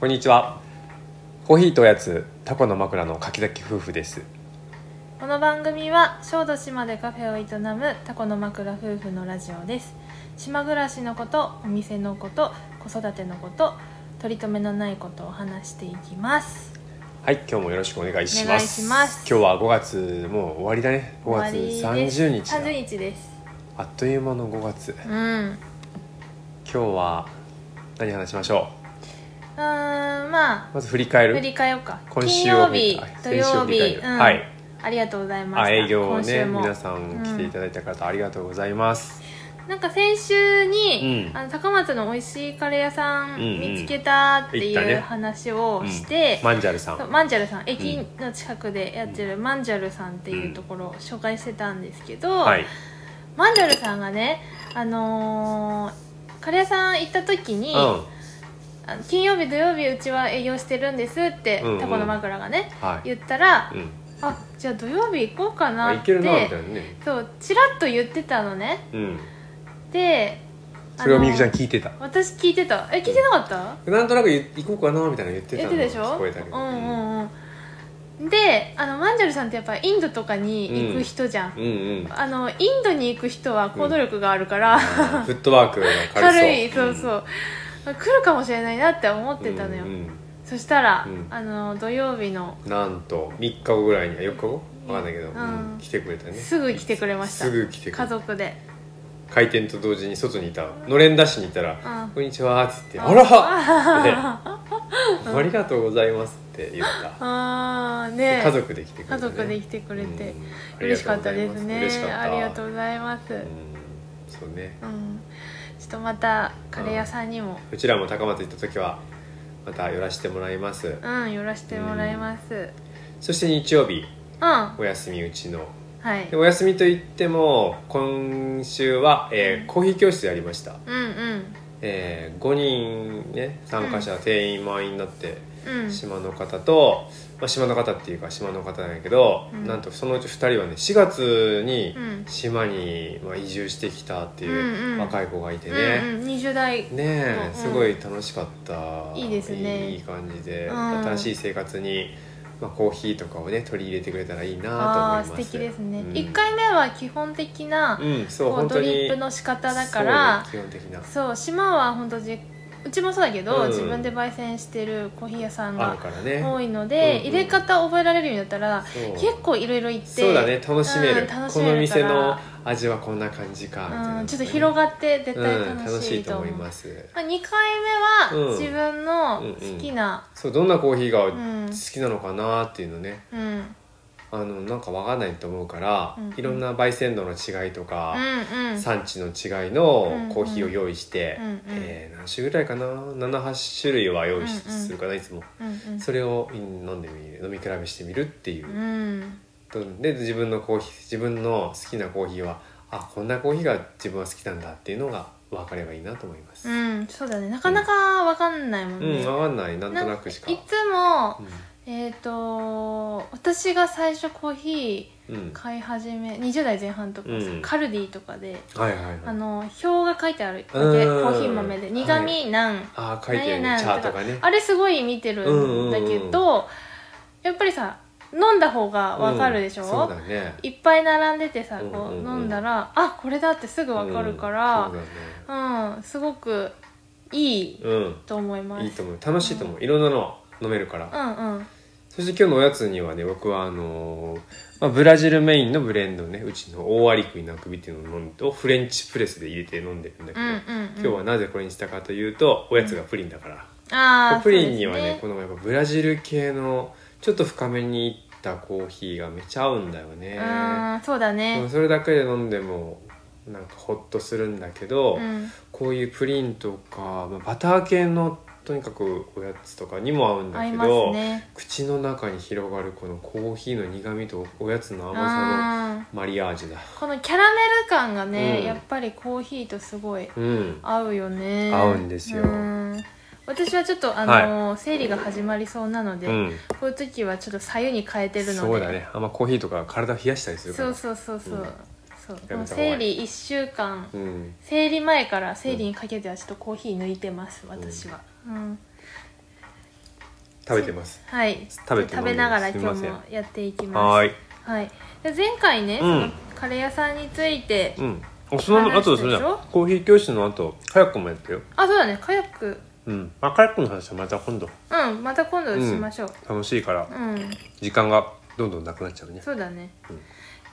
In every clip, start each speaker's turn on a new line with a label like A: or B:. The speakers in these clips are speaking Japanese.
A: こんにちはコーヒーとおやつタコの枕の柿崎夫婦です
B: この番組は小豆島でカフェを営むタコの枕夫婦のラジオです島暮らしのことお店のこと子育てのこと取り留めのないことを話していきます
A: はい今日もよろしくお願いします
B: お願いします
A: 今日は5月もう終わりだね5月
B: 終わりです
A: 30日だ
B: 30日です
A: あっという間の5月今
B: うんう
A: 日は何話しましょ
B: ーんま
A: うまず振り返
B: あ
A: る
B: 振り返ようか
A: 今
B: 金
A: 週を
B: 曜
A: 振り
B: 日
A: 返
B: 土
A: 先週を
B: 曜
A: 振り返
B: 日、
A: る
B: うん
A: はい
B: ありがとうございまし
A: あ
B: た
A: 営業を
B: 今週
A: ね
B: も
A: 皆さん来ていただいた方ありがとうございます、
B: なんか先週に、
A: うん
B: あの高松の美味しいカレー屋さ
A: う
B: ん
A: んうん
B: 見つけたって
A: 行った
B: い
A: ね
B: う話をして、
A: マンジャルさ
B: そうんマンジャルさん駅の近くでやってるマンジャルさんっていうところを紹介してたんですけど、
A: はい
B: マンジャルさんがねあのーカレー屋さん行った時に、
A: うん
B: あの金曜日土曜日うちは営業してるんですって、
A: うんうん
B: タコの枕がね
A: はい
B: 言ったら、
A: うん
B: あじゃあ土曜日行こうか
A: あ
B: なっ
A: い
B: て
A: けるなみたいなね
B: そうちらっと言ってたのね
A: うん
B: で
A: それをみゆきちゃん
B: あの
A: 聞いてた
B: 私聞いてたえ聞いてなかった
A: なんとなく行こうかなみたいなの言ってた
B: 言っ
A: の
B: てたでしょ
A: 聞こえたけど
B: うんうんうんであのマンジャルさんってやっぱインドとかに行く人じゃん、
A: うんうん
B: あのインドに行く人は行動力があるから、
A: フットワークが軽そう
B: 軽いそうそう、来るかもしれないなって思ってたのよ、
A: うん
B: そしたら、
A: うん
B: あの土曜日の
A: うんなんと3日後ぐらいにあ4日後わかんないけど、
B: うん
A: うん来てくれたね
B: すぐ来てくれました
A: すぐ来てく
B: 家
A: れた
B: 族で
A: 開店と同時に外にいたのれん出しにいたら
B: うん
A: こんにちは」っつって「
B: うん
A: あら!」って「ありがとうございます」って言った
B: ああ
A: で
B: ね
A: 家族で来てくれた、
B: 家
A: ね、
B: 族で来てく
A: う
B: れて
A: んありが
B: 嬉し
A: とう
B: かっ
A: ござ
B: た
A: い
B: で
A: ます
B: ね
A: 嬉しかった
B: ありがとうございます、
A: うんそうね
B: うん、ちょっとまたカレー屋さんにも、
A: うちらも高松行った時はまた寄らせてもらいます
B: うん、寄らせてもらいます。うん、
A: そして日曜日
B: は
A: お休みうちの
B: い
A: で。お休みといっても今週は、えー
B: うん
A: コーヒー教室やりました、
B: うんうん
A: え5人ね参加者、定員満員になって、
B: うん。
A: 島の方と、まあ、島の方っていうか島の方なんやけど、
B: うん
A: なんとそのうち2人はね4月に
B: うん
A: 島に、まあ、移住してきたってい
B: うんう
A: うん若い子がいてね、
B: うんうん。二十代。
A: ねえ、
B: うん
A: すごい楽しかった
B: いいですね
A: いい感じで、
B: うん
A: 新しい生活に、まあ、コーヒーとかをね取り入れてくれたらいいなと思い
B: ああ
A: ます
B: 素敵ですね。
A: うん
B: 一、回目は基本的な、
A: うん、そう
B: こう
A: 本
B: ド
A: 当に
B: リップの仕方だから、
A: そうね基本的な
B: そう,、島は本当じうちもそうだけど、
A: うん
B: 自分で焙煎してるコーヒー屋さん
A: ある
B: が
A: からね
B: 多いので、
A: うんうん
B: 入れ方覚えられるようになったら
A: そう
B: 結構いろいろ行って
A: そうだね楽しめる,、
B: うん楽し
A: こ
B: めるから
A: の店の味はこんな感じかみたいな、
B: うん、ちょっと広がって絶対
A: うん
B: 楽
A: 楽
B: し
A: し
B: い
A: い
B: と
A: と
B: 思
A: 思
B: う。
A: います
B: まあ、2
A: うん
B: 回目は自分の好きな、
A: そうどんなコーヒーが
B: うん
A: 好きなのかなっていうのね、
B: うんうん
A: あのなんかわかんないと思うから、
B: うんうん
A: いろんな焙煎度の違いとか、
B: うん
A: 産地の違いのコーヒーを用意して、
B: うんうん
A: えー何種類ぐらいかな78種類は用意し
B: うんうん
A: するかないつも
B: うんうん
A: それを飲んでみる飲み比べしてみるっていう
B: う、ん
A: で自分のコーヒー自分の好きなコーヒーはあこんなコーヒーが自分は好きなんだっていうのが分かればいいなと思います、
B: うんそうだねなかなかわかんないもん
A: う
B: ね、
A: ん、分かんないなんとなくしか
B: いつも
A: うん
B: えっ、と私が最初コーヒ
A: うん
B: ー買い始め20代前半とかさ、
A: うん
B: カルディとかで
A: はいはいはい
B: あの表が書いてあるわけコ
A: うん
B: ーヒー豆で苦味なん、
A: あー書いてある
B: な
A: ね
B: んやなん
A: チャートがね
B: あれすごい見てるんだ
A: うんう
B: けど、
A: ん
B: やっぱりさ飲んだ方がわかるでしょ、
A: うんそうだね
B: いっぱい並んでてさこ
A: うん
B: う
A: うんうん
B: 飲んだら、あこれだってすぐわかるから
A: うんそう
B: うん、すごくいい
A: だね
B: と思いま
A: う
B: す
A: んいいと思う楽しいと思う、いろんなの飲めるから、
B: うんうん
A: そして今日のおやつにはね僕はあのーまあ、ブラジルメインのブレンドねうちの大アリクイのあくびっていうのを飲んでをフレンチプレスで入れて飲んでるんだけど、
B: うんうん
A: 今日はなぜこれにしたかというとおやつがプリンだから、
B: あー
A: プリンには
B: そう
A: ね
B: です
A: このやっぱブラジル系のちょっと深めにいったコーヒーがめちゃ合うんだよね、
B: うんそうだ
A: もう
B: ね
A: それだけで飲んでもなんかホッとするんだけど、
B: うん
A: こういうプリンとかまあバター系のとにかくおやつとかにも合うんだ
B: 合い
A: け
B: ます
A: ど、
B: ね
A: 口の中に広がるこのコーヒーの苦みとおやつの甘さの
B: あ
A: マリアージュだ
B: ーこのキャラメル感がね、
A: うん
B: やっぱりコーヒーとすごい
A: うん
B: 合うよね
A: 合うんですよ
B: ん私はちょっとあのー、生理が始まりそうなので、
A: うん
B: こういう時はちょっと左右に変えてるので
A: そうだねあんまコーヒーとか体冷やしたりするか
B: そ
A: ら
B: うそうそうそう,、
A: うん
B: そう
A: や
B: も
A: め
B: う
A: た方がいい
B: 生理1週間
A: うん
B: 生理前から生理にかけてはちょっとコーヒー抜いてます、私は、うん
A: 食べてます
B: はい
A: 食べてます
B: 食べながら
A: す
B: 今
A: みま
B: 日
A: せん
B: もやっていきます
A: はーい
B: はい、で前回ね、
A: うん
B: そのカレー屋さんについて、
A: うんあその後それじゃ
B: 話したでしょ
A: んコーヒー教室の後カヤックもやったよ
B: あそうだねカヤック
A: うんまあカヤックの話はまた今度
B: うんまた今度しましょう
A: 楽しいから
B: うん、
A: 時間がどんどんなくなっちゃうね
B: そうだね、
A: うん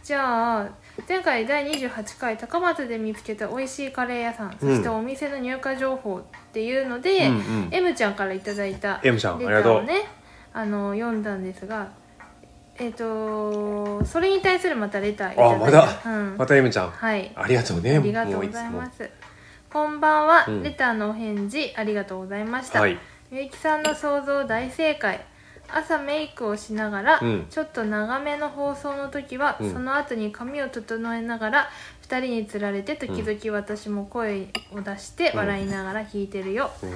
B: じゃあ前回第28回高松で見つけた美味しいカレー屋さん、
A: うん
B: そしてお店の入荷情報っていうので、
A: うんうん
B: M ちゃんからいただいた
A: M ちゃん
B: レ
A: ありがとう
B: をねあの読んだんですがえっ、とそれに対するまたレターいただい
A: あま
B: たうん
A: またエムちゃん
B: はい
A: ありがとうね
B: ありがとうございますこんばんは、
A: うん
B: レターのお返事ありがとうございました、
A: はい
B: みゆきさんの想像大正解朝メイクをしながら、
A: うん
B: ちょっと長めの放送の時は、
A: うん
B: その後に髪を整えながら2人につられて時々私も声を出して
A: うん
B: 笑いながら弾いてるよ、
A: うん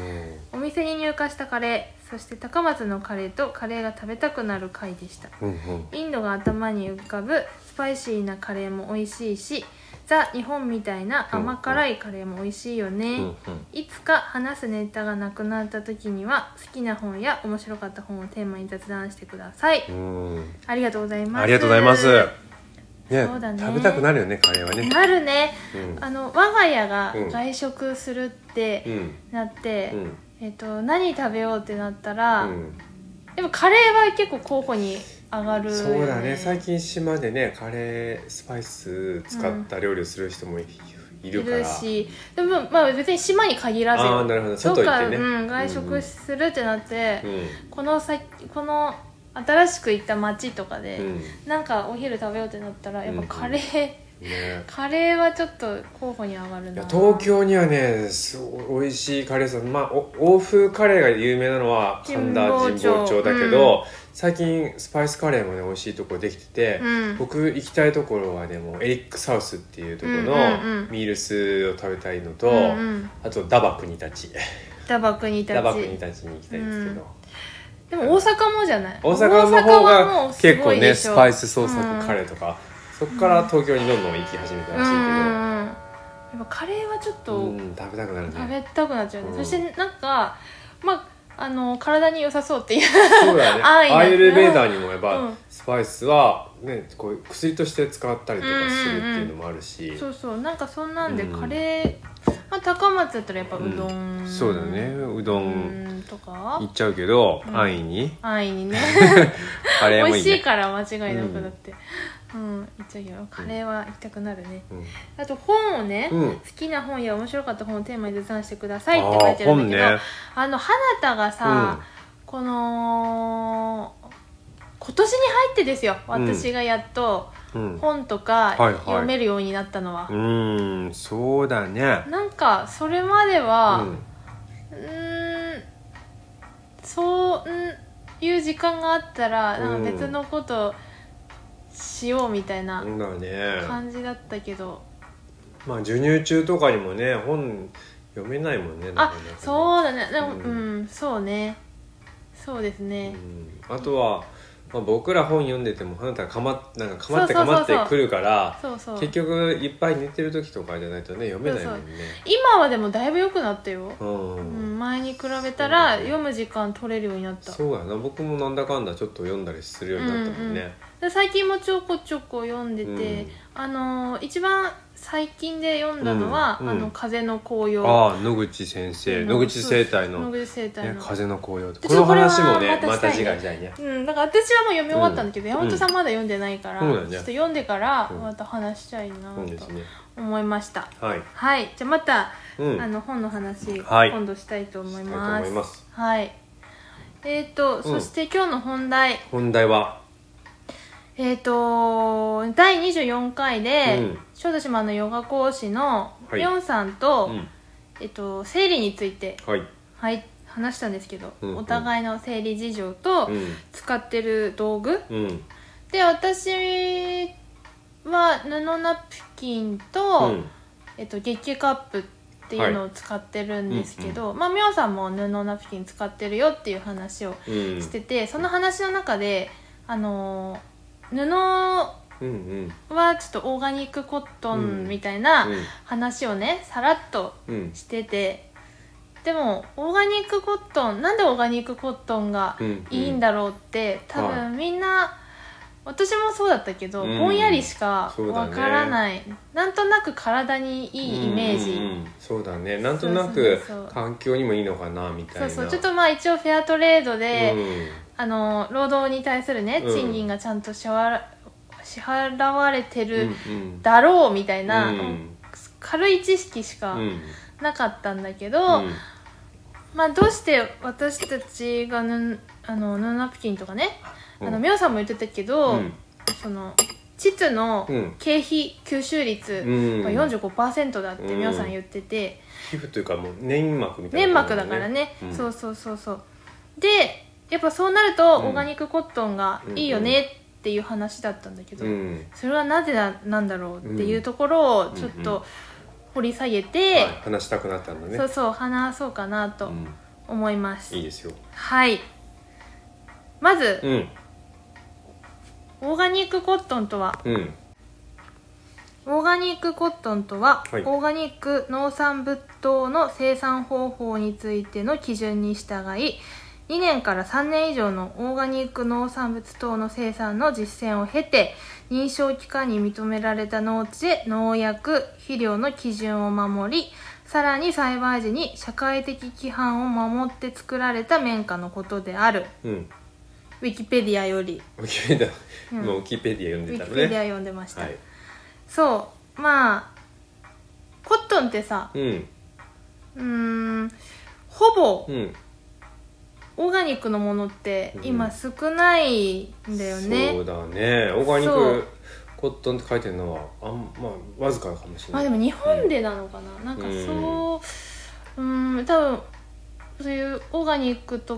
B: お店に入荷したカレーそして高松のカレーとカレーが食べたくなる回でした
A: うんうん
B: インドが頭に浮かぶスパイシーなカレーも美味しいしザ・日本みたいな甘辛いカレーも美味しいよね、
A: うん
B: いつか話すネタがなくなった時には好きな本や面白かった本をテーマに雑談してください
A: うんうん
B: ありがとうございます
A: ありがとうございますね
B: そうだね
A: 食べたくなるよねカレーはね
B: なるね
A: うん
B: あの我が家が
A: うん
B: 外食するっ
A: う
B: て
A: ん
B: なって、
A: うん
B: えっと何食べようってなったら、
A: うん
B: でもカレーは結構候補に上がるよ、
A: そうだね最近島でねカレースパイス使った料理をする人もいい
B: い
A: るから
B: るしでもまあ別に島に限らず
A: ああ
B: よ
A: なるほど
B: どっ
A: 外行っ
B: か、
A: てね
B: うん、外食するってなって、
A: うん
B: この先この新しく行った町とかで、
A: うん
B: なんかお昼食べようってなったらやっぱカレー、
A: ね
B: カレーはちょっと候補に上がる
A: い
B: な
A: や東京にはねすごい美味しいカレー屋さん、まあ、お欧風カレーが有名なのは神田
B: 神保
A: 神
B: 町
A: 保町だけど、最近スパイスカレーもね美味しいとこできてて、
B: うん
A: 僕行きたいところはねもうエリック・サウスっていうところの
B: うんうんうん
A: ミールスを食べたいのと、
B: うんうん
A: あとダバクニたち
B: ダバクにた
A: ダバクニ
B: ち
A: たちに行きたいんですけど、
B: でも大阪もじゃない
A: 大阪の方
B: 大阪はも
A: が
B: うす
A: 結
B: ご
A: 構
B: い
A: ね
B: でしょ
A: スパイス創作カレーとか、そこから東京にどんどん行き始めた
B: うん
A: らしいけ
B: う
A: ど
B: んう、んやっぱカレーはちょっと
A: うん食べたくなるね
B: 食べたくなっちゃうね、
A: うん
B: そしてなんかまああの体に良さそうっていう
A: そうだよね。
B: 安易な
A: アイルベーダーにもやっ
B: う
A: ぱ
B: ん
A: スパイスはね、こう薬として使ったりとかするっていうのもあるし。
B: そうそうなんかそんなんで
A: うん
B: カレー、まあ、高松だったらやっぱうどん、
A: うんそうだよね。うど
B: うんんと
A: い
B: か
A: っちゃうけど、
B: うん
A: 安易に
B: 安易 にね
A: カレー
B: 美
A: も
B: 味
A: いい
B: しい
A: ね。
B: から間違いなくだってうん、言っちゃうけどカレーは行きたくなるねあと本をね、
A: うん。うん
B: 好きな本や面白かった本をテーマに絶賛してくだ
A: あ
B: さいって書い
A: ー
B: てるんだ
A: 本
B: けどあ,、
A: ね。
B: の花田がさ、この今年に入ってですよ
A: うん
B: 私がやっと
A: うん。
B: 本と
A: はいは
B: か
A: い
B: 読めるようになったのは、
A: うん、うんそうだね。
B: なんかそれまで
A: う
B: は
A: ん
B: うーんそういう時間があったらなんか別のことしようみたいな
A: そうだね。
B: 感じだったけど、
A: まあ授乳中とかにもね、本読めないもんね。な
B: あ
A: かなかね
B: そうだねでもう
A: うんん、
B: そうねそうですね、
A: うんあとは、まあ、僕ら本読んでてもあなたがかまなんかかまって
B: そ
A: か
B: うそうそ
A: ま
B: う
A: っ
B: そう
A: てくるから
B: そうそう
A: 結局いっぱい寝てる時とかじゃないとね読めないもんね
B: 今はでもだいぶ良くなったよ、
A: う
B: うん
A: ん、
B: 前に比べた
A: そ
B: ら
A: うだね
B: 読む時間取れるようになった
A: そうやな僕もなんだかんだちょっと読んだりするようになったもんね、
B: で最近もちょこちょこ読んでて、
A: うん
B: あのー一番最近で読んだのは「
A: うん
B: あ
A: う
B: の
A: ん
B: 風の紅葉」
A: ああ野口先生
B: うん
A: 野口生態
B: 野
A: の、ね
B: 口
A: 「
B: 生態の、
A: 風の紅葉」
B: ちょ
A: この話も
B: これは
A: ね
B: ま
A: ま
B: た
A: た
B: し
A: 次
B: たい
A: 回
B: ね
A: じゃいね
B: うん、だから私はもう読み終わったんだけど、
A: うん
B: 山本さんまだ読んでないから、
A: そうだね
B: ちょっと読んでから
A: うん
B: また話したいな
A: そうです
B: と
A: ね
B: 思いました、
A: はい
B: はいじゃあまた、
A: うん
B: あの本の話、
A: はい
B: 今度したいと思い
A: した
B: ま
A: いと思
B: す
A: います
B: はいえっ、と、そして今日の本題
A: 本題は
B: えっ、と第24回で、
A: うん
B: 小豆島のヨガ講師の
A: はい
B: ミョンさん
A: う
B: と,、
A: ん
B: えっと生理について、
A: はい
B: はい、話したんですけど、
A: うんうん
B: お互いの生理事情と、
A: うん
B: 使ってる道具
A: うん
B: で私は布ナプキン
A: う
B: と、
A: ん
B: えっと、月経カップっていうのを使ってるんですけど、まあみょうさんも布ナプキン使ってるよっていう話を
A: うん
B: してて、その話の中であのー布
A: うんうん
B: はちょっとオーガニックコットンみたいな話をね、さらっと
A: うん
B: しててでもオーガニックコットンなんでオーガニックコットンが
A: うん
B: いいんだろうって、多
A: は
B: 分みんな、私もそうだったけど、
A: うん
B: ぼんやりしか
A: そうだ
B: わ
A: ね
B: からない、なんとなく体にいいイメージ、
A: うんうんうんそうだねなんとなく
B: そうそうそう
A: 環境にもいいのかなみたい
B: そ
A: な
B: うそうちょっとまあ一応フェアトレードで、
A: うん
B: あの労働に対するね
A: うん
B: 賃金がちゃんと支払支払われて
A: うんう
B: る
A: ん
B: だろうみたいな、
A: うん
B: 軽い知識し
A: う
B: か
A: ん
B: なかったんだけ
A: う
B: ど、
A: ん
B: まあどうして私たちがヌンあのヌンナプキンとかねあのミョウさんも言ってたけど、
A: うん
B: その膣の
A: うん
B: 経費吸収率
A: うん
B: が45%だってミョウさん言ってて。
A: 皮膚というかもう粘膜みたい
B: 粘
A: な
B: 膜だからね、
A: うん
B: そうそうそうそうでやっぱそうなると
A: うん
B: オーガニックコットンがいいよねっていう話だったんだけど、
A: うん
B: それはなぜななんだろうっていうところをちょっと掘り下げて、
A: はい話したくなったんだね
B: そうそう話そうかなと
A: うん
B: 思います、
A: いいですよ
B: はいまず、
A: うん
B: オーガニックコットンとは
A: うん
B: オーガニックコットンとは、
A: はい
B: オーガニック農産物等の生産方法についての基準に従い2年から3年以上のオーガニック農産物等の生産の実践を経て認証機関に認められた農地で農薬肥料の基準を守りさらに栽培時に社会的規範を守って作られた綿花のことである
A: うん
B: ウィキペディアより
A: ウィキペディア、
B: うん
A: もうウィキペディア読
B: ウ
A: ん
B: ィ
A: で
B: キ
A: たの
B: ペディア
A: ね
B: 読んでました、
A: はい
B: そうまあコットンってさ、
A: うん
B: うーんほぼ
A: うん
B: オーガニックのものって
A: うん
B: 今少ないんだよね、
A: そうだねオーガニ
B: そ
A: ッ
B: う
A: クコットンって書いてるのはあんまあわずかかもしれな
B: まあ
A: い
B: でも日本でなのかな、なんかそううんん多分そういうオーガニックと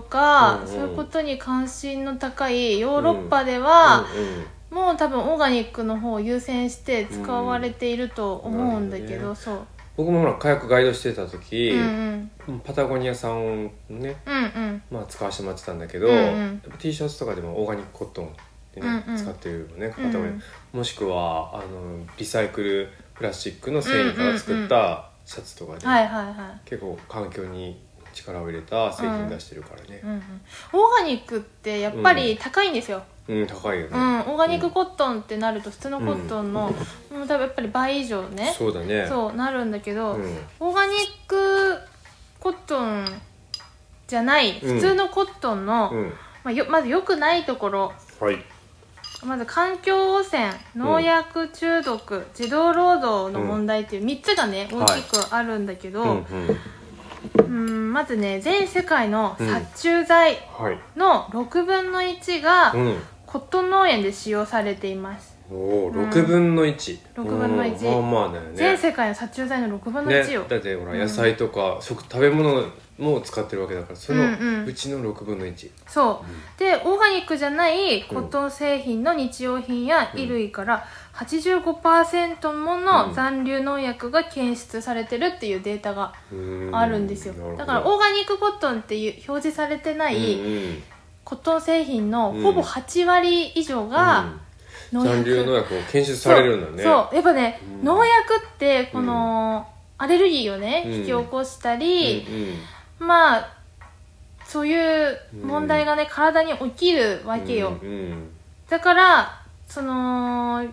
A: う
B: か、
A: んうん
B: そういうことに関心の高いヨーロッパでは、もう多分オーガニックの方を優先して使われていると思うんだけど、
A: う
B: そう、
A: 僕もほら火薬ガイドしてた時
B: うん、うん
A: パタゴニアさんをね、
B: うんうん
A: まあ、使わせてもらってたんだけど、
B: うんうん
A: やっぱ T シャツとかでもオーガニックコットンでね、
B: うんうん
A: 使ってるよねパタ
B: うん
A: ゴニア、もしくはあのリサイクルプラスチックの繊維から作ったシャツとかで、
B: はいはいはい
A: 結構環境に力を入れた製品出してるからね
B: う、んうん、オーガニックってやっぱり高いんですよ、
A: うん高いよね、
B: うん、オーガニックコットンってなると普通のコットンの、もう多分やっぱり倍以上ね
A: そうだね
B: そうなるんだけど、
A: うん
B: オーガニックコットンじゃない
A: うん
B: 普通のコットンの、
A: うん
B: まあ、よまず良くないところ
A: はい
B: まず環境汚染農薬中毒、児童労働の問題っていう3つがね、
A: はい
B: 大きくあるんだけど、
A: うんうん
B: うんまずね全世界の殺虫剤
A: はい
B: の6分の1が
A: うん
B: コットン農園で使用されています。
A: おお
B: うん
A: 6分の1、
B: 六分の一
A: うんまあまあだよね
B: 全世界の殺虫剤の6分の1
A: ね
B: を、、
A: だってほら
B: うん
A: 野菜とか食、食べ物も使ってるわけだからその
B: うんうん
A: うちの6分の1、
B: そうでオーガニックじゃないコットン製品の日用品や衣類から85%もの残留農薬が検出されてるっていうデータが
A: う
B: あるんですよだからオーガニックコットンっていう表示されてな
A: ガ
B: いコットン製品の
A: う
B: ほぼ
A: ん
B: 8割以上が農薬、
A: 残留農薬を検出されるんだね
B: そうそうやっぱね、
A: うん
B: 農薬ってこのアレルギーをね
A: うん
B: 引き起こした
A: う
B: り、
A: ん
B: まあそういう問題がね、体に起きるわけよ、
A: うんうん
B: だからその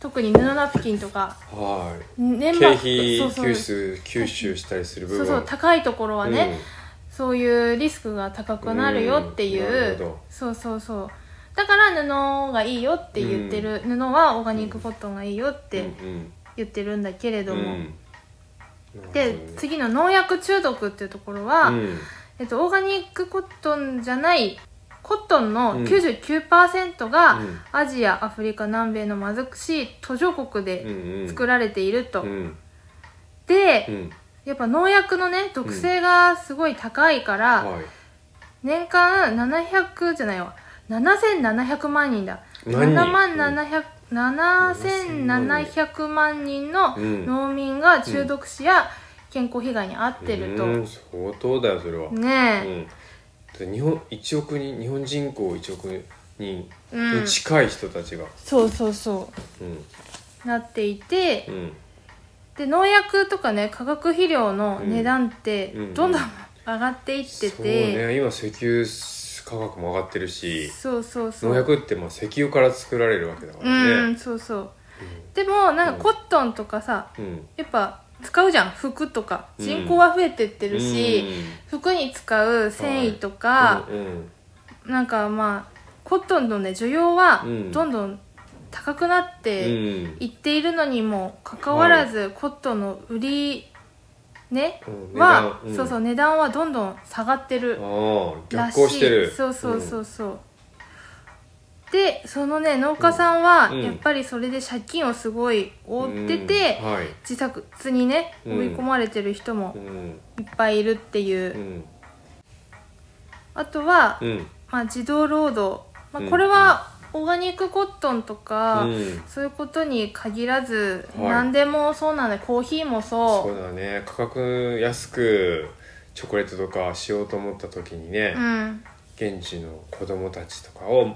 B: 特に布ナプキンとか
A: は
B: 粘
A: い
B: 膜
A: 経費
B: そうそう
A: 吸収吸収したりする部
B: そう
A: 分
B: そう高いところはね、
A: うん
B: そういうリスクが高くなるよってい
A: うんなる
B: う、
A: ほど
B: そうそうそうだから布がいいよって言ってる、布はオーガニックコットンがいいよって
A: うん
B: 言ってるんだけれ
A: う
B: ど
A: ん
B: も、
A: うん
B: で次の農薬中毒っていうところは、
A: うん
B: えっと、オーガニックコットンじゃないコットン
A: う
B: の
A: ん
B: 99%が
A: うん
B: アジア、アフリカ南米の貧しい途上国
A: う
B: で
A: んうん
B: 作られていると、
A: うんう
B: で
A: ん
B: やっぱ農薬のね毒性がすごい高いから、
A: はい
B: 年間700じゃないわ7700万人だ
A: 何
B: 7万700 7700万人の
A: うん
B: 農民が中毒死や健康被害に遭ってると、
A: うん相当だよそれは
B: ねえ、
A: うん、日本1億人日本人口1億人
B: うん
A: に近い人たちが、
B: そうそうそう
A: うん
B: なっていて
A: うん
B: で農薬とかね化学肥料の値段って
A: うん
B: どんどん上がっていって
A: そう
B: て、
A: ね今石油価格も上がってるし
B: そうそうそう
A: 農薬ってまあ石油から作られるわけだか
B: う
A: らね
B: んそうそうでもなんかコットンとかさ
A: うんうん
B: やっぱ使うじゃん服とか
A: うん
B: 人口は増えてってるし、服に使う繊維とか、
A: うんうん
B: なんかまあコットンのね需要は
A: うん
B: どんどん高くなっ
A: う
B: て
A: ん
B: いっているのにもかかわらず、コットンの売りね、
A: うん
B: は、
A: 値段ん
B: そうそう値段はどんどん下がってる
A: ああ
B: ら
A: 逆
B: しい
A: 行してる
B: そうそうそううそう、でそのね農家さんは
A: うん
B: やっぱりそれで借金をすごい負ってて、
A: うんはい
B: 自殺にね
A: うん
B: 追い込まれてる人も
A: うん
B: いっぱいいるっていう、
A: うん
B: あとは、
A: うん
B: まあ、児童労働、まあ
A: うん、
B: これはオーガニックコットンとか、
A: うん
B: そういうことに限らず、
A: はい
B: 何でもそうなんでコーヒーも
A: そ
B: そう
A: だね価格安くチョコレートとかしようと思った時にね
B: う、うん
A: 現地の子供たちとかを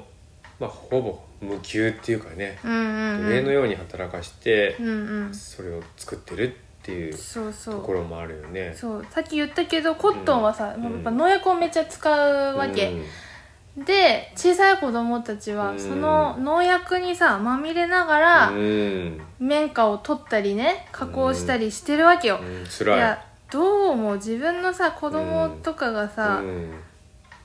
A: まあほぼ無給っていうかね
B: うんうんうん
A: 奴隷のように働かして
B: うんうん
A: それを作ってるっていう
B: そうそ
A: と
B: う
A: ころもあるよね。
B: そうさっき言ったけどコットンはさ、
A: うん
B: もうやっぱ農薬をめっちゃ使うわけ、で小さい子供たち
A: う
B: は
A: ん
B: その農薬にさまみれながら、
A: うんうん
B: 綿花を取ったりね加工したりしてるわけよ、
A: うん
B: い
A: 辛い
B: やどう思う自分のさ子供とかがさ、
A: うん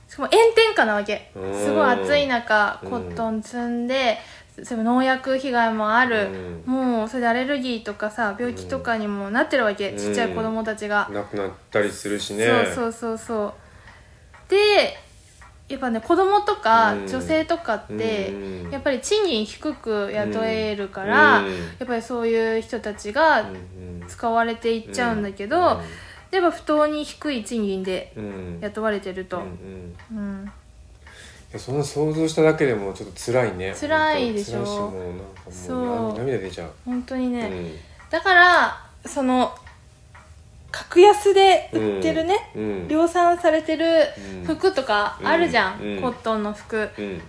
B: しかも炎天下なわけ
A: うん
B: すごい暑い中
A: うん
B: コットン積んで、それも農薬被害もある、もうそれでアレルギーとかさ病気とかにもなってるわけ、
A: うん
B: ちっちゃい子供たちが
A: うん、なくなったりするしね。
B: そうそうそうそうでやっぱね子供とか
A: うん
B: 女性とかって、
A: うん
B: やっぱり賃金低く雇えるから、
A: うん
B: やっぱりそういう人たちが
A: うんうん
B: 使われていっちゃうんだけど、やっぱ不当に低い賃金で
A: うんうん
B: 雇われてると、
A: うんう
B: うん
A: ん
B: うん
A: いやその想像しただけでもちょっと辛いね
B: 辛いでしょ
A: 本当辛いしもうなんかもう
B: そう
A: 涙出ちゃう、
B: 本当に
A: う
B: ね、
A: ん
B: だからその格安で売ってるね、
A: うん
B: 量産されてる
A: うん
B: 服とかあるじゃん、
A: うん
B: コットンの服
A: うん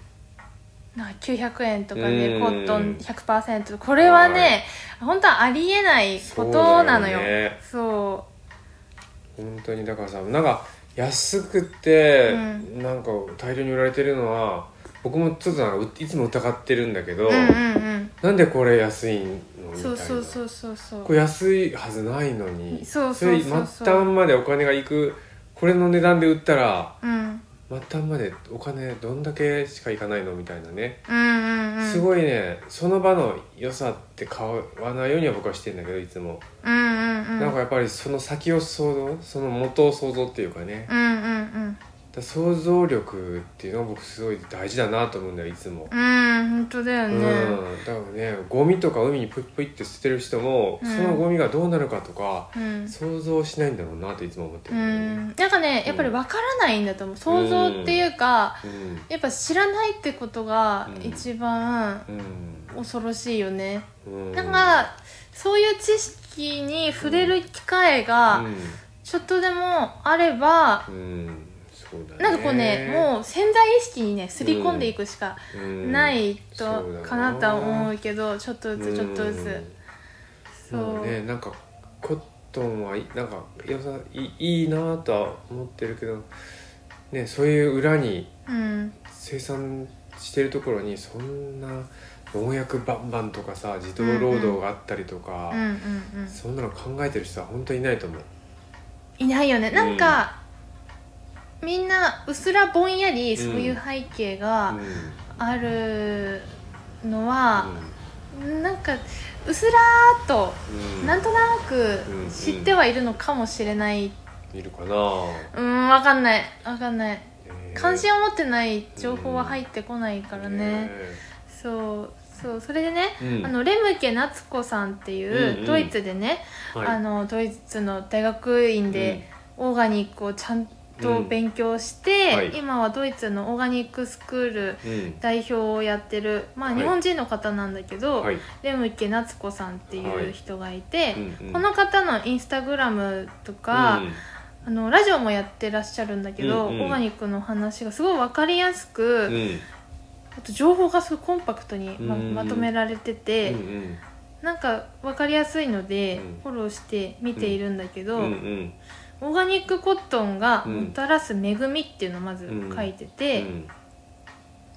B: なんか900円とかで、
A: うん
B: コットン100%これはね本当はありえないことなのよ
A: そうだよね
B: そ
A: 本当にだからさなんか安くて、
B: うん
A: なんか大量に売られてるのは僕もちょっとなんかういつも疑ってるんだけど、
B: ううんうん
A: なんでこれ安いの
B: う
A: み
B: ん
A: たいな
B: そうそうそうそうそう
A: これ安いはずないのに
B: そうそうそうそう
A: れ末端までお金がいくこれの値段で売ったら
B: うん
A: 末端までお金どんだけしかいかないのみたいなね、
B: うんうんうん
A: すごいねその場の良さって買わないようには僕はしてんだけどいつも、
B: うんうんうん
A: なんかやっぱりその先を想像その元を想像っていうかね、だか
B: うんうん
A: ら想像力っていうのは僕すごい大事だなと思うんだよいつも、
B: うんうん本当だよ
A: う
B: ね
A: ん、だからねゴミとか海にプイプイって捨てる人も、
B: うん
A: そのゴミがどうなるかとか
B: うん
A: 想像しないんだろうなっていつも思って
B: う
A: る、
B: んなんかねやっぱりわからないんだと思う想像っていうか
A: うん
B: やっぱ知らないってことが
A: うん
B: 一番
A: うん
B: 恐ろしいよね
A: うん
B: だからそういう知識に触れる機会がちょっとでもあれば
A: うん、うん、そうだね
B: なんかこうねもう潜在意識にねすり込んでいくしか
A: うん
B: ないと
A: そうだな
B: かなとは思うけどちょっとずつちょっとずつ
A: う
B: そ
A: んもうね
B: う
A: なんかコットンはいなんかよさいいいなとは思ってるけどねそういう裏に
B: うん
A: 生産してるところにそんな農薬バンバンとかさ児童労働があったりとか、
B: うんうんうん
A: そんなの考えてる人は本当にいないと思う
B: いないよねなんか、みんなうっすらぼんやりそういう背景
A: う
B: が
A: ん
B: あるのは、なんかうすらーっと
A: うん
B: なんとなく
A: うん
B: 知ってはいるのかもしれない
A: いるかな、
B: うんわかんないわかんない
A: えー
B: 関心を持ってない情報は入ってこないからね、
A: え
B: そうそうそれでね、
A: うん
B: あのレムケ夏子さんっていう、
A: うんうん
B: ドイツでね、
A: ーはい、
B: あのドイツの大学院でオーガニックをちゃんと勉強して、
A: うんはい
B: 今はドイツのオーガニックスクール
A: うん
B: 代表をやってる、ま
A: は
B: あ、
A: い
B: 日本人の方なんだけど、
A: はい
B: レムケ夏子さんっていう人がいて、
A: うんうん
B: この方のインスタグラムとか、あのラジオもやってらっしゃるんだけど、
A: うんうん
B: オーガニックの話がすごい分かりやすく、
A: うんうん
B: あと情報がすごいコンパクトにま,、
A: うん
B: まとめられてて、
A: うん
B: なんか分かりやすいので、
A: うん
B: フォローして見ているんだけど、
A: うんうん
B: オーガニックコットンが
A: うん
B: もたらす恵みっていうのをまず書いてて、
A: うん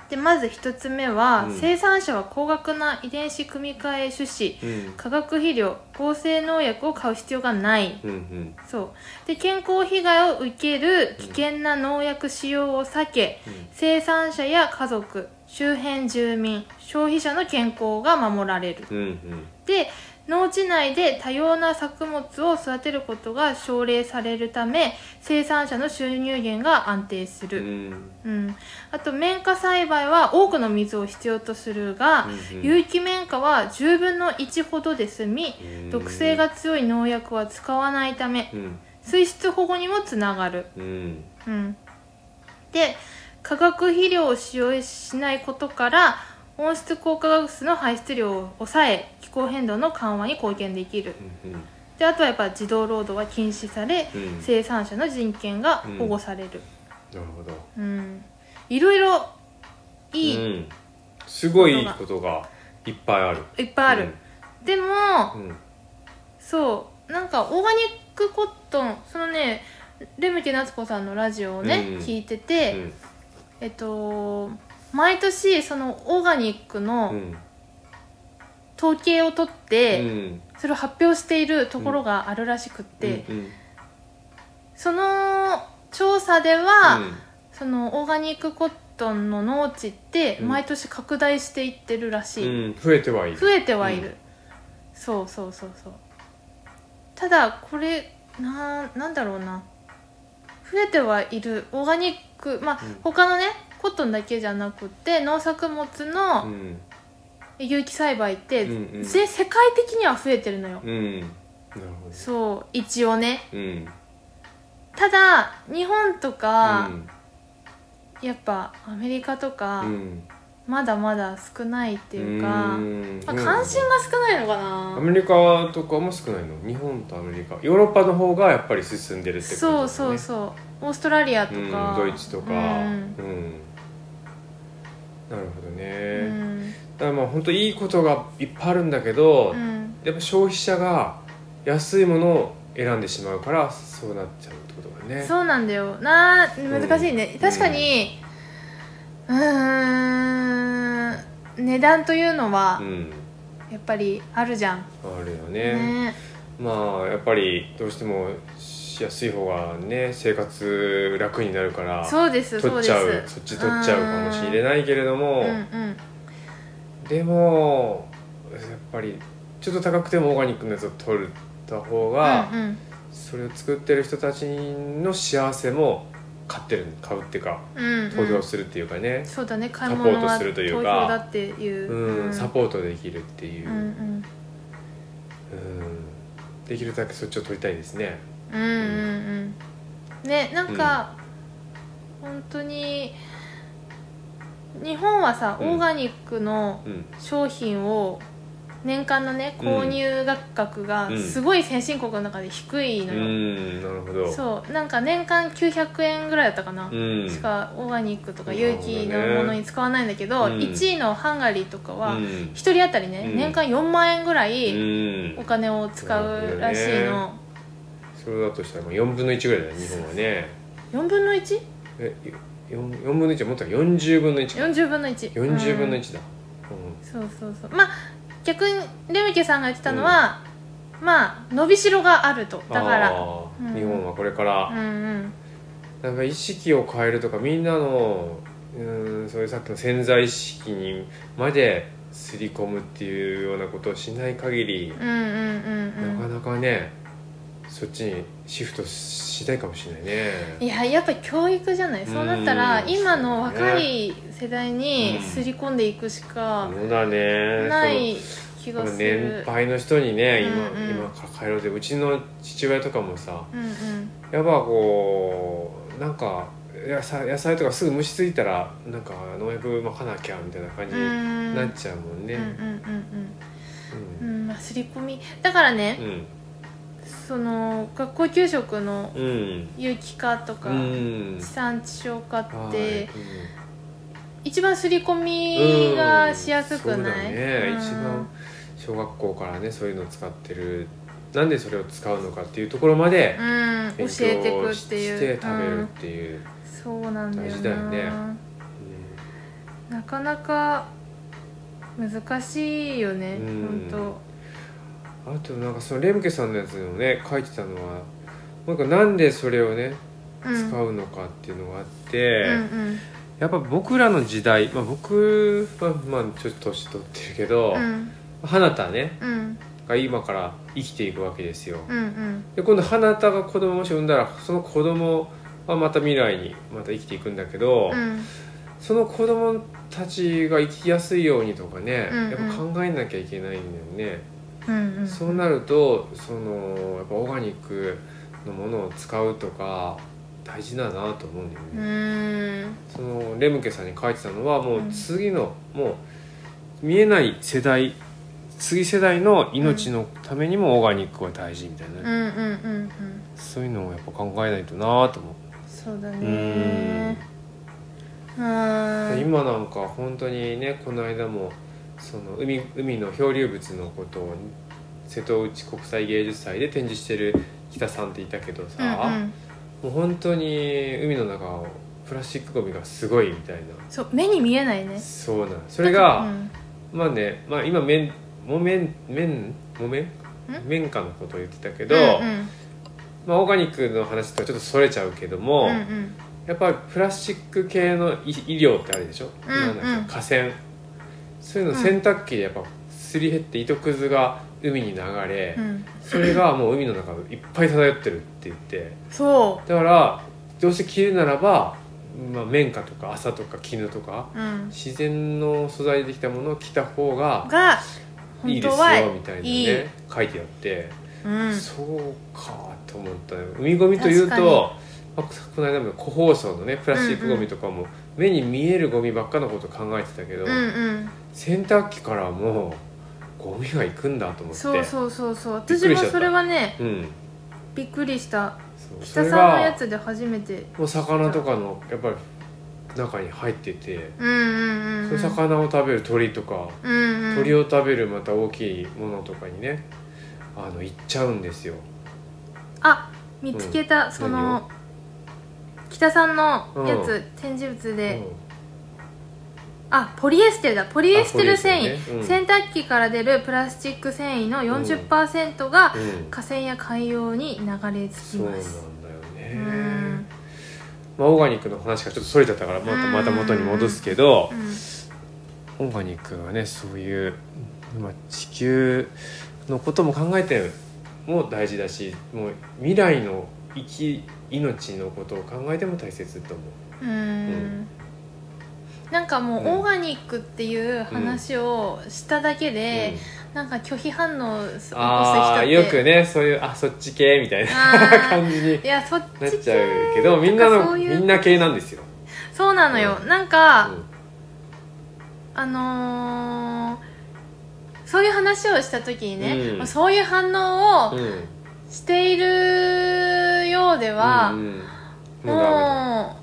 B: でまず1つ目は、
A: うん
B: 生産者は高額な遺伝子組み換え種子
A: うん
B: 化学肥料合成農薬を買う必要がない
A: うんうん
B: そうで健康被害を受ける危険な農薬使用を避け生産者や家族周辺住民消費者の健康が守られる
A: うんうん
B: で農地内で多様な作物を育てることが奨励されるため生産者の収入源が安定す
A: う
B: る、
A: ん
B: うん、あと綿花栽培は多くの水を必要とするが、
A: うんうん
B: 有機綿花は10分の1ほどで済み
A: うん
B: 毒性が強い農薬は使わないため
A: うん
B: 水質保護にもつながる、
A: うん
B: うん、で化学肥料を使用しないことから温室効果ガスの排出量を抑え気候変動の緩和に貢献できる
A: うんうん
B: であとはやっぱ児童労働は禁止され、
A: うん
B: 生産者の人権が保護される、
A: なるほど
B: うんいろいろいい、
A: うんすごいいいことがいっぱいある
B: いっぱいある、でも、
A: うんうん
B: そうなんかオーガニックコットンそのねレムケ夏子さんのラジオをね、
A: うん
B: 聞いてて、えっと毎年そのオーガニック
A: う
B: の
A: ん
B: 統計を取って、
A: うん
B: それを発表しているところがあるらしくって、
A: うんうん
B: その調査では、
A: うん
B: そのオーガニックコットンの農地って
A: うん
B: 毎年拡大していってるらしい、
A: うん増えてはいる
B: 増えてはいる、
A: うん
B: そうそうそうそうただこれななんだろうな増えてはいるオーガニックまあ、
A: うん
B: 他のねコットンだけじゃなくて農作物
A: う
B: の
A: ん
B: 有機栽培って、
A: うんうん
B: ぜ世界的には増えてるのよ、
A: うんなるほど
B: そう一応ね
A: うん
B: ただ日本とか
A: う、ん
B: やっぱアメリカとか、
A: うん
B: まだまだ少ないっていうか、
A: ん
B: まあ、関心が少ないのかな、
A: アメリカとかも少ないの日本とアメリカヨーロッパの方がやっぱり進んでるってことだ
B: そ
A: よ
B: う
A: ね
B: そうそうオーストラリアとか、
A: うん、ドイツとか、う
B: うんん
A: なるほど
B: う
A: ね、
B: ん
A: だからまあ本当いいことがいっぱいあるんだけど、
B: うん
A: やっぱ消費者が安いものを選んでしまうからそうなっちゃうってことだね
B: そうなんだよな難しいね、
A: うん
B: 確かにうーん値段というのは
A: ん
B: やっぱりあるじゃん、
A: あるよね
B: ね
A: まあやっぱりどうしても安い方がね生活楽になるから
B: そうですそ
A: 取
B: う
A: っ
B: です
A: ちゃうそっち取っちゃうかもしれないけれども、
B: うんうん
A: でもやっぱりちょっと高くてもオーガニックのやつを取った方が、
B: うんうん
A: それを作ってる人たちの幸せも買ってる買うっていうか
B: うんうん
A: 投票するっていうかね、
B: そうだね買い物
A: サポート
B: は
A: するという
B: 投票
A: か
B: だっていう
A: うんサポートできるっていう、
B: う
A: うんん
B: うん
A: できるだけそっちを取りたいですね。
B: うんうんうんねなんか、本当に日本はさ、
A: うん
B: オーガニックの
A: うん
B: 商品を年間のね購入額額が
A: うん
B: すごい先進国の中で低いうのよ、
A: んなるほど
B: そうなんか年間900円ぐらいだったかな、
A: うん
B: しかオーガニックとか
A: なる
B: 有
A: ほどね
B: 機のものに使わないんだけど、
A: うん
B: 1位のハンガリーとかは
A: うん
B: 1人当たりね、
A: うん
B: 年間4万円ぐら
A: う
B: い
A: ん
B: お金を使うらしい
A: なるほ
B: の、
A: それだとしたらまあ4分の1ぐらいだね日本はね
B: 4分の 1?
A: えよん4分の1はもっと40分の1か
B: 40分の1
A: 40分の
B: うん
A: 1だ、うん
B: そうそうそうまあ逆にレミケさんが言ってたのは、まあ伸びしろがあるとだから
A: あー
B: うん
A: 日本はこれか
B: う
A: ら、
B: んうん
A: なんか意識を変えるとかみんなのうーんそういうさっきの潜在意識にまですり込むっていうようなことをしない限り
B: う、んうんうん
A: な
B: う
A: かなかねそっちにシフトしないかもしれないね
B: んいややっぱり教育じゃないそうなった
A: う
B: ら
A: ん
B: 今の若い世代にすり込んでいくしか
A: そうだね
B: ない気
A: その
B: がす
A: 年
B: る
A: 配の人にね今、
B: うんうん
A: 今抱えろでうちの父親とかもさ
B: うんうん
A: やっぱこうなんか野菜野菜とかすぐ虫ついたらなんか農薬まかなきゃみたいな感じ
B: うんうん
A: なっちゃうもんね。
B: う
A: うんん
B: うんうんうんまあすり込みだからねその学校給食の
A: うんうん
B: 有機化とか
A: うん
B: 地産地消化っ
A: は
B: て
A: いうん
B: 一番刷り込みがしやすくない、
A: うんそうだね、
B: うん
A: 一番小学校からねそういうのを使ってるなんでそれを使うのかっていうところまで
B: うん教
A: 勉強
B: えてくっ
A: して
B: いう
A: て食べ
B: う
A: るっ
B: ん、
A: ていう、うん
B: そうなんだよ
A: 大事だよ
B: な
A: ね
B: なかなか難しいよね、
A: うん
B: 本
A: あとなんかそのレムケさんのやつのね書いてたのはなんかなんでそれをね
B: 当うん
A: 使うのかっていうのがあって、
B: うん
A: やっぱ僕らの時代、まあ、僕はまあちょっと年取ってるけど、
B: うんうん
A: 花田ね
B: うん
A: が今から生きていくわけですよ、
B: うんうん
A: で今度花田が子供をもし産んだらその子供はまた未来にまた生きていくんだけど、
B: うん
A: その子供たちが生きやすいようにとかね、
B: うんうん
A: やっぱ考えなきゃいけないんだよね、
B: うんうん
A: そうなるとそのやっぱオーガニックのものを使うとか大事だなと思うんだよね、
B: うん
A: そのレムケさんに書いてたのはも
B: う
A: うん次の、もう見えない世代次世代の命のためにもオーガニックは大事みたい
B: う
A: な、
B: んうんうんうん
A: そういうのをやっぱ考えないとなと思
B: そうだ
A: う、
B: ねうー
A: うんん今なんか本当にねこの間もその海海の漂流物のことを瀬戸内国際芸術祭で展示してる北さんっていたけどさ、
B: うんうん
A: もう本当に海の中をプラスチックゴミがすごいみたい
B: そう目に見えない
A: な
B: ね
A: そうなんそれが、
B: うん
A: まあね、まあ、今麺木綿綿木綿綿花のことを言ってたけど、
B: うんうん
A: まあ、オーガニックの話とはちょっとそれちゃうけども、
B: うんうん
A: やっぱりプラスチック系の医医療ってあるでしょ、
B: うんうん
A: なんか河川そういうの洗濯機でやっぱすり減って糸くずが海に流れ、
B: うん
A: それがもう海の中いっぱい漂ってるって言って
B: そ
A: だからどうせ着るならば、まあ、綿花とか麻とか絹とか
B: う、うん、
A: 自然の素材でできたものを着た方が
B: が
A: い
B: 本
A: いで
B: 当
A: す
B: は
A: よみたいなね
B: いい
A: 書いてあって、
B: うん
A: そうかと思ったよ海ゴミというと、まあ、この間も個包装のねプラスチックゴミとかも目に見えるゴミばっかのこと考えてたけど、
B: うん
A: 洗濯機からもうゴミが行くんだと
B: う
A: 思
B: ん
A: って
B: そうそうそうそう
A: びっ
B: 私
A: くり
B: も
A: しちゃった
B: それはね
A: うん、
B: びっくりした
A: そうそ
B: 北
A: れ
B: さんのや
A: が
B: つで初めて
A: もう魚とかのやっぱり中に入ってて、
B: うんうんうん
A: その魚を食べる鳥とか、
B: うんうん
A: 鳥を食べるまた大きいものとかにねあの行っちゃうんですよ。
B: あ見つけた、そ
A: 何
B: の北さんのや
A: う
B: つ展示物
A: う
B: で、
A: ん
B: あポリエステルだポリエステル繊
A: あポリエステル
B: 維、
A: ねうん
B: 洗濯機から出るプラスチック繊維の40%が
A: うん
B: 河川や海洋に流れ着き
A: そうなん
B: ま
A: だよ
B: すう
A: ね
B: ん。
A: まあオーガニックの話がちょっとそれちゃったからまたまた元に戻すけど
B: う、ん
A: オーガニックはねそういうまあ地球のことも考えても大事だし、もう未来の生き命のことを考えても大切と思
B: うんなんかもう、
A: うん
B: オーガニックっていう話をしただけ
A: う。
B: で
A: うん、
B: なんか拒否反応を起こす人
A: あ
B: っ
A: あ
B: て
A: よくねそういうあそっち系みたいな
B: あー
A: 感じに
B: いやそっ
A: なっ
B: ち
A: ち
B: 系
A: ゃうけどみんな
B: とかそ
A: の
B: う
A: み
B: いうん
A: な系なんですよ。
B: そうなのよ、なんか、
A: うん
B: あのーそういう話をした時にね、
A: うん
B: まあそういう反応
A: う
B: を
A: ん
B: しているようでは、
A: うんうんもうダメだ
B: も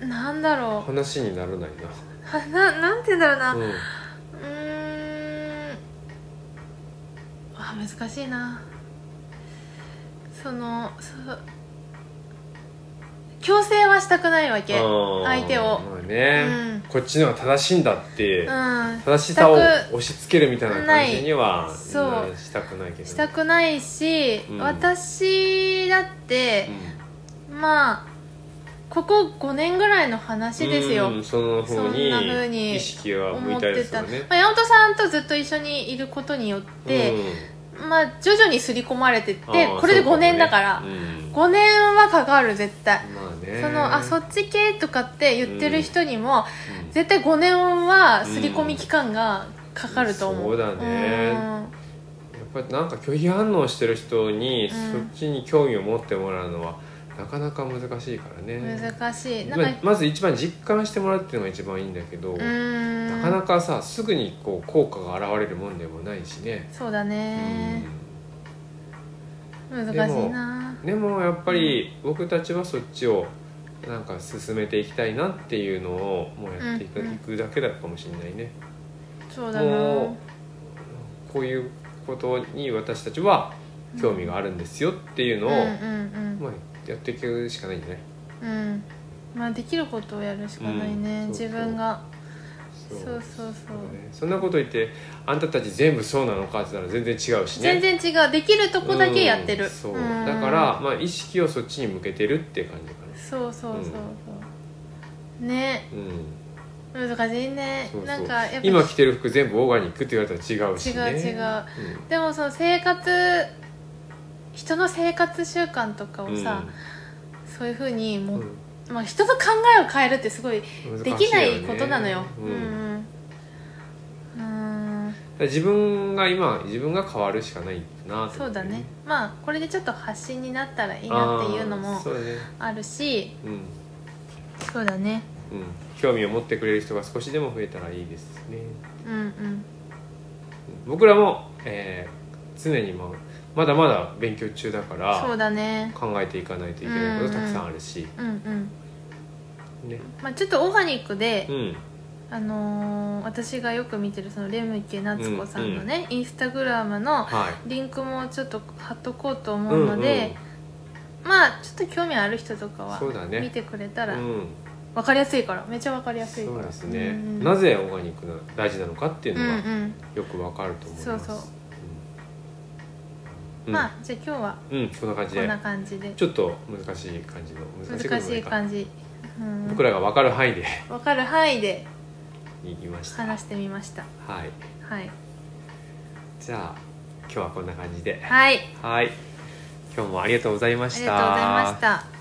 B: うなんだろ
A: 話にならないな。
B: う はななんて言うんだろうなう
A: うん
B: ーんあ難しいなそのそう強制はしたくないわけうん相
A: 相
B: 手を
A: まあね、こっちの方が正しいんだって、正し
B: した
A: さを
B: く
A: 押し付けるみたいな感じには
B: そう
A: なしたくないけどね
B: したくないし、
A: うん
B: 私だって、まあここ5年ぐらいの話ですよ、
A: うんその
B: そ
A: 方
B: んな風
A: に
B: に
A: 意識は向
B: 思
A: い
B: った
A: り
B: て
A: です
B: た、
A: よね
B: まあ、山本さんとずっと一緒にいることによって、まあ、徐々に刷り込まれてっ
A: うん
B: て
A: あー
B: これで
A: そう
B: 5年だから、5年はかかる絶対
A: うんまあね
B: そのあそ
A: うん
B: っち系とかって言ってる人にも、絶対5年は刷り込み期間がかかると思う、
A: うんそうだねやっぱりなんか拒否反応してる人に、
B: うん
A: そっちに興味を持ってもらうのはなかなか難しいからね
B: うん難しいなん
A: ま
B: か、
A: あまず一番実感してもらうっていうのが一番いいんだけど、
B: うーん
A: なかなかさすぐにこう効果が現れるもんでもないしね、
B: そうだね、難しいな
A: うんでもやっぱり僕たちはそっちをなんか進めていきたいなっていうのをもうやっていく,、
B: うんうん
A: いくだけだかもしれないね
B: そうだな
A: もうこういうことに私たちは興味があるんですよっていうのを、
B: うんうん
A: まあ、やっていくしかないんじゃない
B: うん、うん、まあできることをやるしかないね、
A: うん
B: 自分が
A: そ
B: そううそうそう
A: ねそんなこと言ってあんたたち全部そうなのかって言ったら全然違うしね
B: 全然違うできるとこだけやってる、
A: うんそう
B: うん
A: だから、まあ、意識をそっちに向けてるって感じかな
B: そうそうそうそう、ね
A: うん
B: 難しいね
A: そうそう
B: なんかやっぱ
A: 今着てる服全部オーガニックって言われたら違うしね
B: 違う違うでもその生活人の生活習慣とか
A: う
B: を
A: ん
B: さ、そういうふうにも、
A: う
B: うんまあ、人の考えを変えるってすごい
A: うん
B: で
A: 難し
B: きな
A: よ
B: い
A: ね
B: ことなのよ。う
A: うんん
B: うんうーん
A: だから自分が今自分が変わるしかないなって
B: そうだねまあこれでちょっと発信になったらいいなっていうの
A: あ
B: も
A: ーそうだね
B: あるし
A: うん、うん、
B: そうだね
A: 興味を持ってくれる人が少しでも増えたらいいですね
B: うんうん
A: 僕らも、えー常にまあまだまだ勉強中だか
B: そう
A: ら
B: だね
A: 考えていかないといけないことたくさんあるし、
B: うんうん
A: ね
B: まあちょっとオーガニックで
A: う、ん
B: あのー私がよく見てるそのレム池夏子さんのね、インスタグラムの
A: はい
B: リンクもちょっと貼っとこうと思うので、まあちょっと興味ある人とかは
A: そうだね
B: 見てくれた
A: うん
B: ら
A: うんうん、
B: 分かりやすいからめっちゃ分かりやすいか
A: そ
B: ら
A: うですね、
B: うん
A: なぜオーガニックが大事なのかっていう
B: う
A: の
B: んう
A: が
B: ん
A: よくわかると思います
B: そうそう
A: うん、
B: まあじゃあ今日は
A: うん、うん、そんな感じ
B: こん
A: で
B: な感じで
A: ちょっと難しい感じの難しいこと
B: 難しい
A: じ
B: 感じ、うん、
A: 僕らがわかる範囲で
B: 分かる範囲で
A: 言いました
B: 話してみました
A: はい
B: はい
A: じゃあ今日はこんな感じで
B: はい
A: はい今日もありがとうございま
B: あ
A: し
B: り
A: た
B: がとうございました